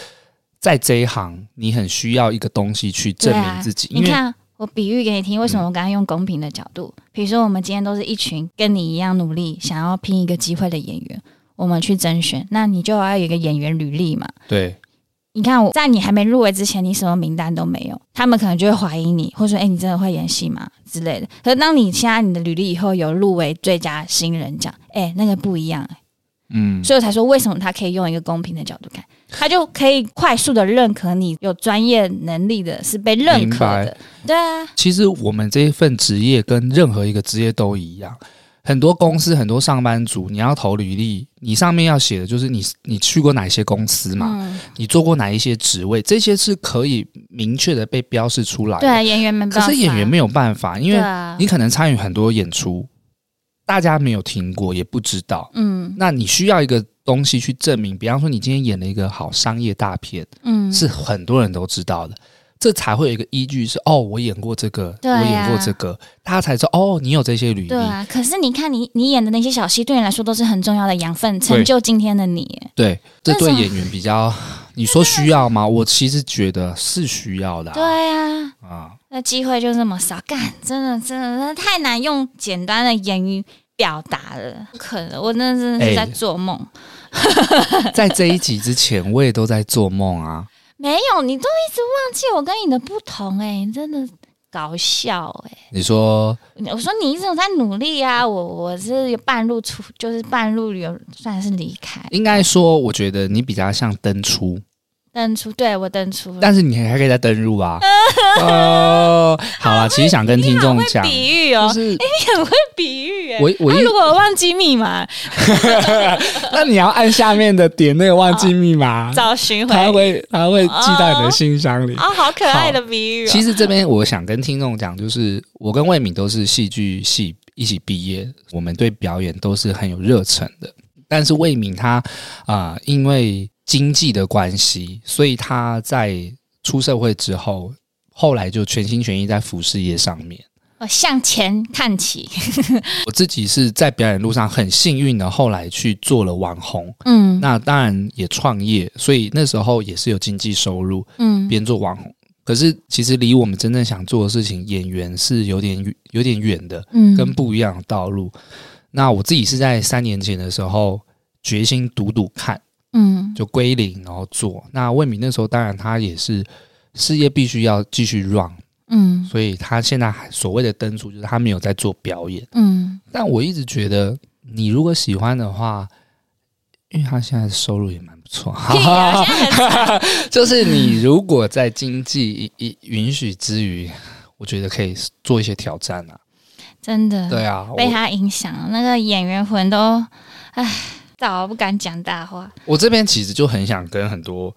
在这一行，你很需要一个东西去证对啊明自己，你因为看，我比喻给你听，为什么我刚刚用公平的角度？比如说，我们今天都是一群跟你一样努力，想要拼一个机会的演员，我们去甄选，那你就要有一个演员履历嘛。对你看我在你还没入围之前，你什么名单都没有，他们可能就会怀疑你，或者说：“哎、你真的会演戏吗？”之类的。可是当你现在你的履历以后有入围最佳新人奖，哎、那个不一样、嗯，所以我才说为什么他可以用一个公平的角度看，他就可以快速的认可你有专业能力的，是被认可的。对啊，其实我们这一份职业跟任何一个职业都一样，很多公司、很多上班族，你要投履历，你上面要写的就是你你去过哪些公司嘛，嗯，你做过哪一些职位，这些是可以明确的被标示出来的。对，啊演员们，啊可是演员没有办法，因啊对为啊，你可能参与很多演出，大家没有听过，也不知道。嗯那你需要一个东西去证明，比方说你今天演了一个好商业大片，嗯，是很多人都知道的，这才会有一个依据是哦，我演过这个，对啊我演过这个，大家才知道哦，你有这些履历。对啊，可是你看你你演的那些小戏，对你来说都是很重要的养分，成就今天的你耶。对，这那对种演员比较，你说需要吗？我其实觉得是需要的、对啊。啊，啊，那机会就这么少，干，真的真的真的太难用简单的言语表达了，不可能，我真的是哎在做梦。在这一集之前，我也都在做梦啊。没有，你都一直忘记我跟你的不同、哎，你真的搞笑、你说哎，我说你一直有在努力啊，我我是半路出，就是半路有算是离开，应该说，我觉得你比较像登出，登出，对我登出了。但是你还可以再登入 啊。哦，好啦，其实想跟听众讲，比喻哦就，是你很会比喻哎、我我那一嗯如果我忘记密码，那你要按下面的点那个忘记密码，找寻啊回它会它会寄到你的信箱里。啊、好可爱的比喻、哦。其实这边我想跟听众讲，就是我跟魏敏都是戏剧系一起毕业，我们对表演都是很有热忱的。但是魏敏她啊、呃因为经济的关系，所以她在出社会之后，后来就全心全意在服饰业上面。我向前看齐，我自己是在表演路上很幸运的，后来去做了网红，嗯那当然也创业，所以那时候也是有经济收入，嗯，边做网红。可是其实离我们真正想做的事情，演员是有点远有点远的，嗯跟不一样的道路。那我自己是在三年前的时候决心赌赌看，嗯就归零，然后做。那魏敏那时候当然他也是事业必须要继续 run，嗯所以他现在还所谓的登出就是他没有在做表演。嗯，但我一直觉得，你如果喜欢的话，因为他现在收入也蛮不错， 屁 啊，现在很就是你如果在经济一一允许之余，我觉得可以做一些挑战啊。真的对啊，嗯被我他影响了，那个演员魂都，唉，早不敢讲大话。我这边其实就很想跟很多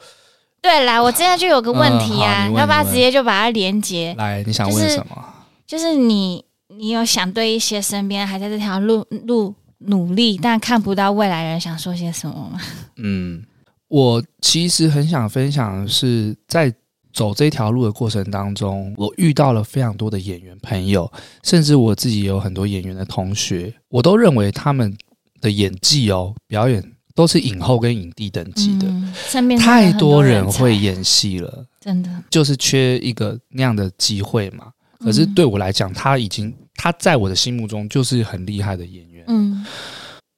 对啦，我现在就有个问题啊，啊嗯好你问要不要你问直接就把它连接？来，你想问什么？就是你，你有想对一些身边还在这条路路努力但看不到未来的人想说些什么吗？嗯，我其实很想分享的是，在走这条路的过程当中，我遇到了非常多的演员朋友，甚至我自己也有很多演员的同学，我都认为他们的演技哦，表演都是影后跟影帝等级的。嗯身边真的太很多多人才会演戏了，真的，就是缺一个那样的机会嘛。可嗯是对我来讲，他已经他在我的心目中就是很厉害的演员。嗯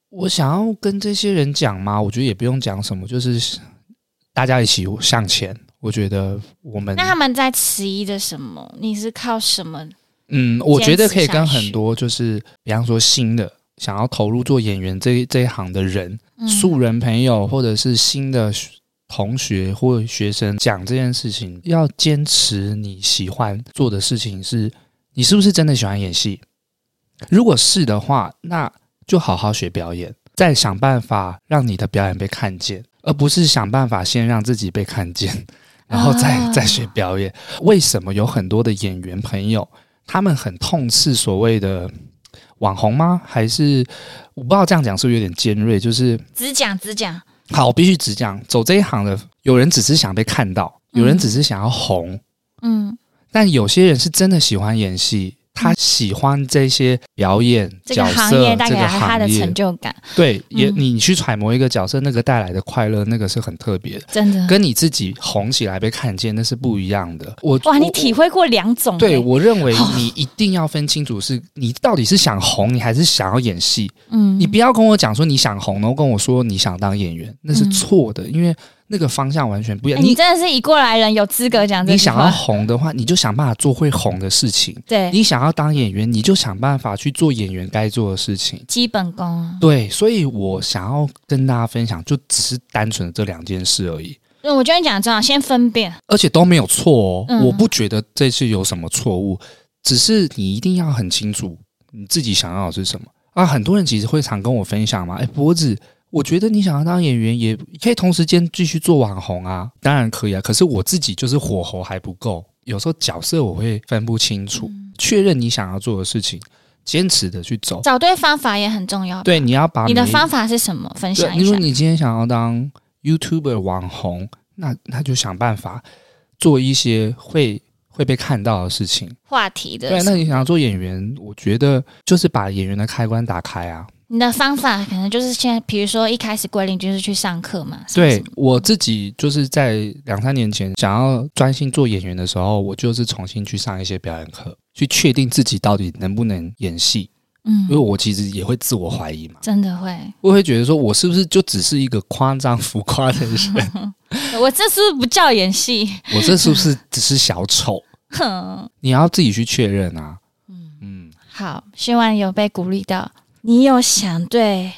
我想要跟这些人讲吗？我觉得也不用讲什么，就是大家一起向前。我觉得我们那，他们在迟疑着什么？你是靠什么？嗯，我觉得可以坚跟持下去很多就是，比方说新的想要投入做演员这这一行的人，嗯素人朋友或者是新的学同学或学生讲这件事情，要坚持你喜欢做的事情是，你是不是真的喜欢演戏？如果是的话，那就好好学表演，再想办法让你的表演被看见，而不是想办法先让自己被看见，然后再、啊再学表演。为什么有很多的演员朋友，他们很痛斥所谓的网红吗？还是我不知道这样讲是不是有点尖锐？就是只讲只讲，好，我必须只讲走这一行的，有人只是想被看到，有嗯人只是想要红，嗯，但有些人是真的喜欢演戏，他喜欢这些表演、这个角行色业带这给个他行的业成，就感，对，也嗯你去揣摩一个角色那个带来的快乐，那个是很特别的，真的。跟你自己红起来被看见那是不一样的。我哇，你我体会过两种、对欸，我认为你一定要分清楚，是你到底是想红，你还是想要演戏。嗯你不要跟我讲说你想红，然后跟我说你想当演员，那是嗯错的，因为那个方向完全不一欸样。你你真的是以过来人，有资格讲这你句想要话。红的话，你就想办法做会红的事情。对，你想要当演员，你就想办法去做演员该做的事情。基本功啊，对，所以我想要跟大家分享，就只是单纯的这两件事而已，嗯我觉得你讲得重要，先分辨。而且都没有错哦。嗯我不觉得这次有什么错误，只是你一定要很清楚你自己想要的是什么。啊，很多人其实会常跟我分享嘛，哎，脖子，我觉得你想要当演员，也可以同时间继续做网红啊，当然可以啊。可是我自己就是火候还不够，有时候角色我会分不清楚，确认你想要做的事情，坚持的去走。嗯找对方法也很重要吧。对，你要把你的每一方法是什么？分对，享你一说下。你今天想要当 YouTuber 网红，那那就想办法做一些会会被看到的事情。话题的对，那你想要做演员，我觉得就是把演员的开关打开啊。你的方法可能就是现在，比如说一开始归零就是去上课嘛。是不是对我自己就是在两三年前想要专心做演员的时候，我就是重新去上一些表演课，去确定自己到底能不能演戏。因为嗯，我其实也会自我怀疑嘛，真的会。我会觉得说我是不是就只是一个夸张浮夸的人，我这是不是不叫演戏？我这是不是只是小丑？ 哼，你要自己去确认啊。好，希望有被鼓励到。你有想对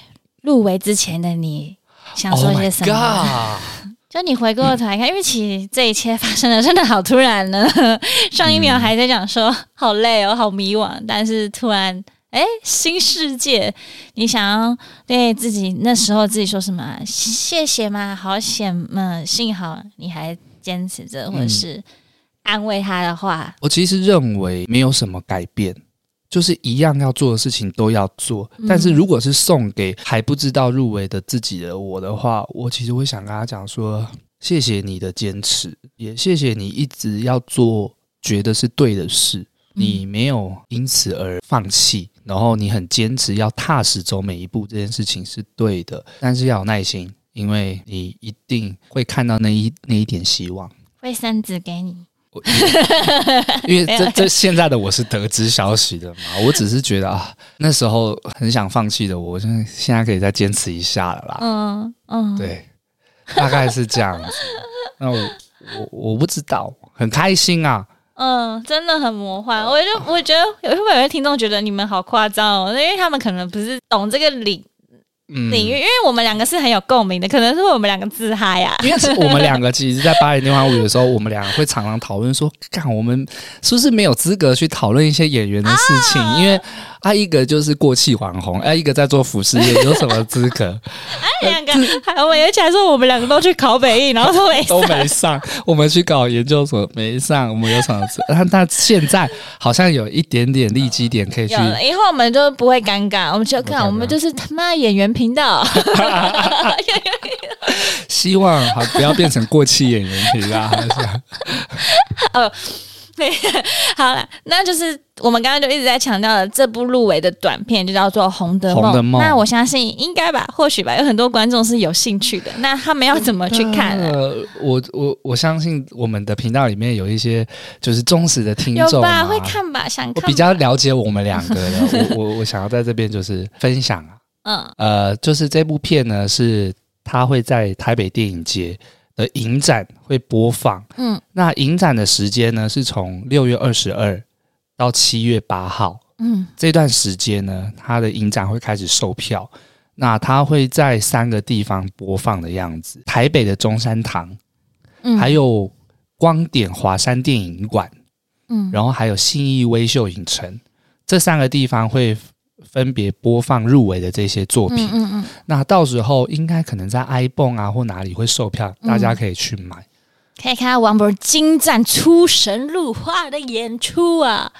入围之前的你想 Oh 说 my 些什么吗 god！就你回过头来看，因为其实这一切发生的真的好突然呢。 上一秒还在讲说好累哦，好迷惘，但是突然。哎，新世界！你想要对自己那时候自己说什么啊、谢谢吗？好险嘛！嗯幸好你还坚持着，或者是嗯安慰他的话，我其实认为没有什么改变，就是一样要做的事情都要做。嗯但是如果是送给还不知道入围的自己的我的话，我其实会想跟他讲说：谢谢你的坚持，也谢谢你一直要做觉得是对的事，嗯你没有因此而放弃。然后你很坚持要踏实走每一步，这件事情是对的，但是要有耐心，因为你一定会看到那一那一点希望。卫生纸给你。我因为这这现在的我是得知消息的嘛，我只是觉得啊，那时候很想放弃的我，现在现在可以再坚持一下了啦。嗯嗯，啊对，大概是这样子。那我我我不知道，很开心啊。嗯，真的很魔幻。我就我觉得有会不会有些听众觉得你们好夸张哦？因为他们可能不是懂这个领嗯，领域，因为我们两个是很有共鸣的，可能是我们两个自嗨啊呀、 因为是我们两个其实，在八零电话五的时候，我们俩会常常讨论说，干我们是不是没有资格去讨论一些演员的事情？因为啊，一个就是过气网红，啊，一个在做服饰业，有什么资格？哎， 两个还我们而且还说我们两个都去考北艺，然 后都哎没都没上，我们去搞研究所没上，我们有场子。但但现在好像有一点点利基点可以去有，了，以后我们就不会尴尬，我们就不尴尬看我们就是他妈演员频 道， 希望好不要变成过气演员皮啦。好像好了，那就是我们刚刚就一直在强调的这部入围的短片，就叫做《红的梦》。红的梦那我相信应该吧，或许吧，有很多观众是有兴趣的。那他们要怎么去看呢？呃，我我我相信我们的频道里面有一些就是忠实的听有众吧，啊，会看吧，想我看吧比较了解我们两个的，我我我想要在这边就是分享啊，嗯呃，就是这部片呢是它会在台北电影节的影展会播放。嗯那影展的时间呢，是从六月二十二到七月八号嗯这段时间呢，它的影展会开始售票。那它会在三个地方播放的样子：台北的中山堂，嗯，还有光点华山电影馆，嗯然后还有信义微秀影城。这三个地方会分别播放入围的这些作品。嗯嗯嗯，那到时候应该可能在 iPhone 啊或哪里会售票，大家可以去买。嗯可以看到王博精湛出神入化的演出啊！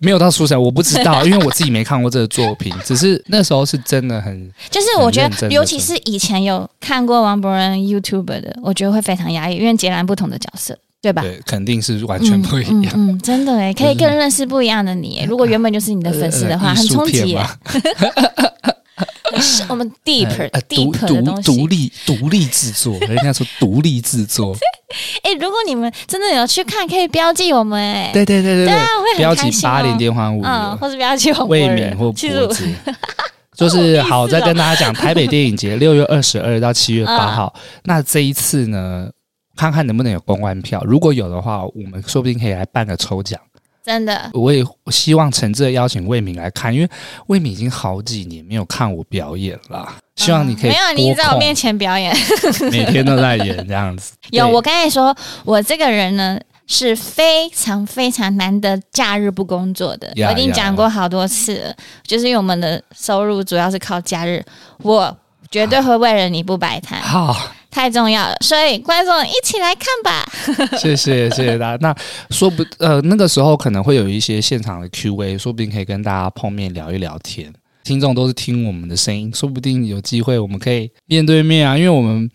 没有到书神，我不知道，因为我自己没看过这个作品，只是那时候是真的很就是我觉很认得，真的尤其是以前有看过王博仁 YouTube 的，我觉得会非常压抑，因为截然不同的角色，对吧？嗯对，肯定是完全不一样。嗯，嗯嗯真的 哎，可以就是更认识不一样的你耶。如果原本就是你的粉丝的话，呃很艺术冲片击耶嘛。是我们呃 deep 呃独 deep 的独东西独。立独立制作，人家说独立制作，哎，如果你们真的有去看，可以标记我们哎。对对 对对对啊对，，我也标很开记心八零哦。电话五嗯，或者标记王博魏敏仁或其实脖我 子。就是好，哦再跟大家讲，台北电影节六月二十二到七月嗯八号，那这一次呢，看看能不能有公关票，如果有的话，我们说不定可以来办个抽奖。真的我也希望诚挚的邀请魏敏来看，因为魏敏已经好几年没有看我表演了，希望你可以啊没有你拨在我空面前表演。每天都在演这样子 。有，对我刚才说，我这个人呢，是非常非常难得假日不工作的。呀我已经呀讲过好多次了，就是因为我们的收入主要是靠假日，我绝对会为了你不摆摊，好，太重要了。所以观众一起来看吧。谢谢谢谢大家。那说不呃那个时候可能会有一些现场的 Q&A，说不定可以跟大家碰面聊一聊天。听众都是听我们的声音，说不定有机会我们可以面对面啊，因为 我们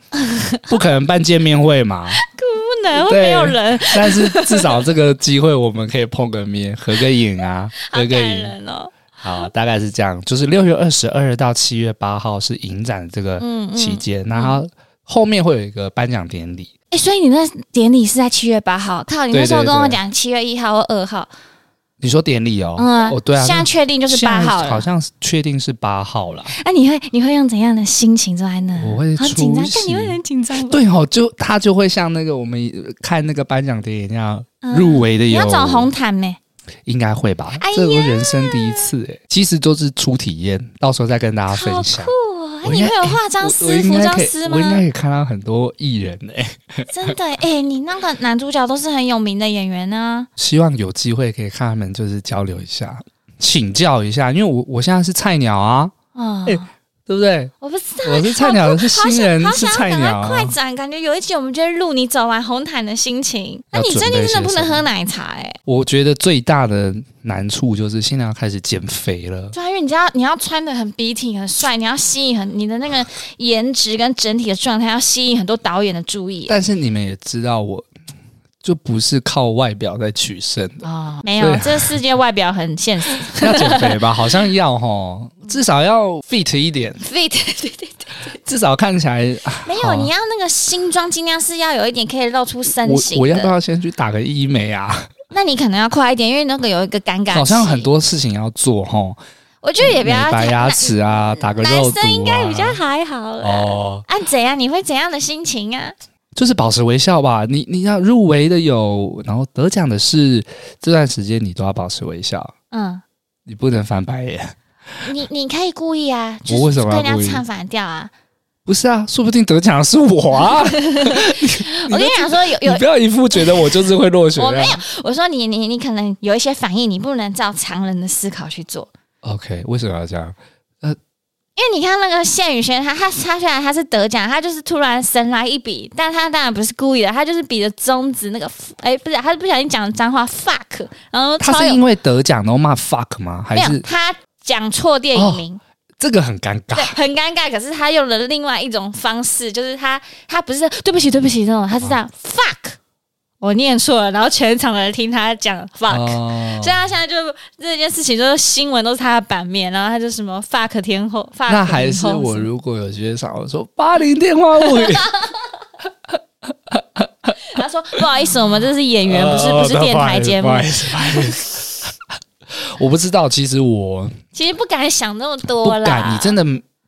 不可能办见面会嘛。不能对会没有人，但是至少这个机会我们可以碰个面，合个影 啊，好合感个影。人哦。好，大概是这样，就是六月二十二到七月八号是影展这个嗯嗯。期间，然后后面会有一个颁奖典礼。哎、所以你那典礼是在七月八号？靠，你那时候对对跟我对讲七月一号或二号，你说典礼哦？嗯，哦，对啊，现在那确定就是八号现在好了。像是确定是八号了。那、你会你会用怎样的心情坐在那？我会好紧张，出席但你会很紧张吗？对哦，就他就会像那个我们呃看那个颁奖典礼那样嗯入围哦的你有，要走红毯呢、应该会吧？哎呀这我人生第一次哎，其实都是初体验，到时候再跟大家分好享。酷哦！我你应会该有化妆我我师、应服该装可以，师我吗应？该也看到很多艺人哎、真的哎、欸你那个男主角都是很有名的演员啊呢、希望有机会可以看他们，就是交流一下，请教一下，因为我我现在是菜鸟啊，哦，哎对不对？我不知道，我是菜鸟，是好新人想，好是想要菜赶鸟快快啊。转，感觉有一集我们就会录你走完红毯的心情。那要你最准近备真的不些能什么喝奶茶哎、我觉得最大的难处就是现在要开始减肥了。对啊，因为你知道你要穿的很笔挺、很帅，你要吸引很你的那个颜值跟整体的状态，要吸引很多导演的注意但是你们也知道我，就不是靠外表在取胜的，啊、哦。没对有，啊这世界外表很现 实 要减肥吧？好像要吼，嗯至少要 fit 一点， ，fit 对对对，至少看起来啊没好有，你要那个新装尽量是要有一点可以露出身我形我要不的。要先去打个医美啊？那你可能要快一点，因为那个有一个尴尬期。好像很多事情要做吼，我觉得也不美要白太牙齿啊， 打个男肉毒、啊、生应该比较还好了。哦，啊，怎样？你会怎样的心情啊？就是保持微笑吧。你你要入围的有，然后得奖的是，这段时间你都要保持微笑，嗯，你不能翻白眼。你你可以故意啊，就是我为什么要跟人故意家唱反调啊？不是啊，说不定得奖的是我啊！我跟你讲说，有 你有不要一副觉得我就是会落选啊我的没样有，我说你你你可能有一些反应，你不能照常人的思考去做。 OK，为什么要这样？因为你看那个谢宇轩，他他他虽然他是得奖，他就是突然神来一笔，但他当然不是故意的，他就是比着中指那个，哎、不是，他是不小心讲脏话 fuck，然后他超是有因为得奖然后骂 fuck 吗？还没有是他讲错电影名，这个很尴尬对，？很尴尬。可是他用了另外一种方式，就是他他不是对不起对不起那种，他是这样、fuck，我念错了，然后全场的人听他讲 fuck。哦所以他现在就这件事情，就是新闻都是他的版面，然后他就什么 fuck 天后，fuck 那还是天后我什么如果有些想我说八零电 话物语，他说不好意思，我们这是演员，不是不是电台节目呃哦不好，意思，不好意思。我不知道，其实我其实不敢想那么不多啦。敢，你真的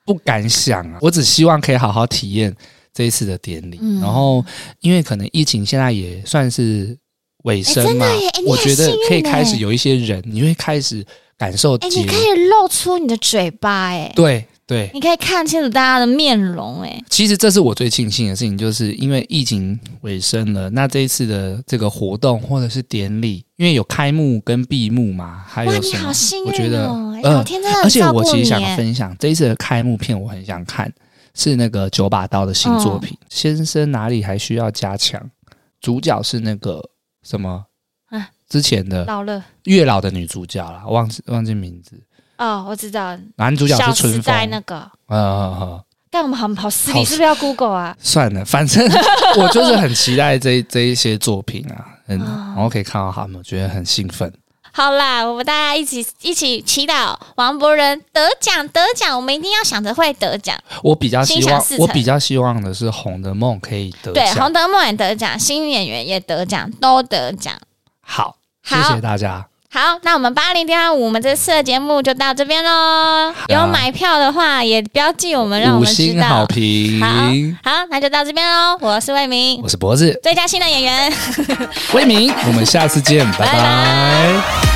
不敢想啊！我只希望可以好好体验这一次的典礼。嗯然后，因为可能疫情现在也算是尾声嘛，哎真的耶哎你很我觉得可以开幸始运耶有一些人，你会开始感受哎、节你目可。以露出你的嘴巴、哎，对对，你可以看清楚大家的面容、哎，其实这是我最庆幸的事情，就是因为疫情尾声了，那这一次的这个活动或者是典礼，因为有开幕跟闭幕嘛，还有哇，什你好么？幸我觉运得哦、哎呃老天真的而很且照我顾其实你、想哎分享这一次的开幕片，我很想看，是那个九把刀的新嗯作品《先生哪里还需要加强》，主角是那个什么啊之前的老了月老的女主角啦，忘记忘记名字，哦，我知道，男主角小是时春代风那，个。呃呃，呃但我们好好私底，好是不是要 Google 啊？算了，反正我就是很期待这这一些作品啊，哦嗯，然后可以看到他们，我觉得很兴奋。好啦，我们大家一起一起祈祷王博仁得奖得奖，我们一定要想着会得奖。我比较希心想望事，成我比较希望的是《红的梦》可以得对，奖洪。德梦也得奖，新演员也得奖，都得奖。好，谢好谢大家，好，那我们八零点二五，我们这次的节目就到这边喽。啊有买票的话也标记我们，让我五们知星道。好评。好，那就到这边喽。我是魏明，我是脖子最佳新的演员。魏明，我们下次见，拜拜拜拜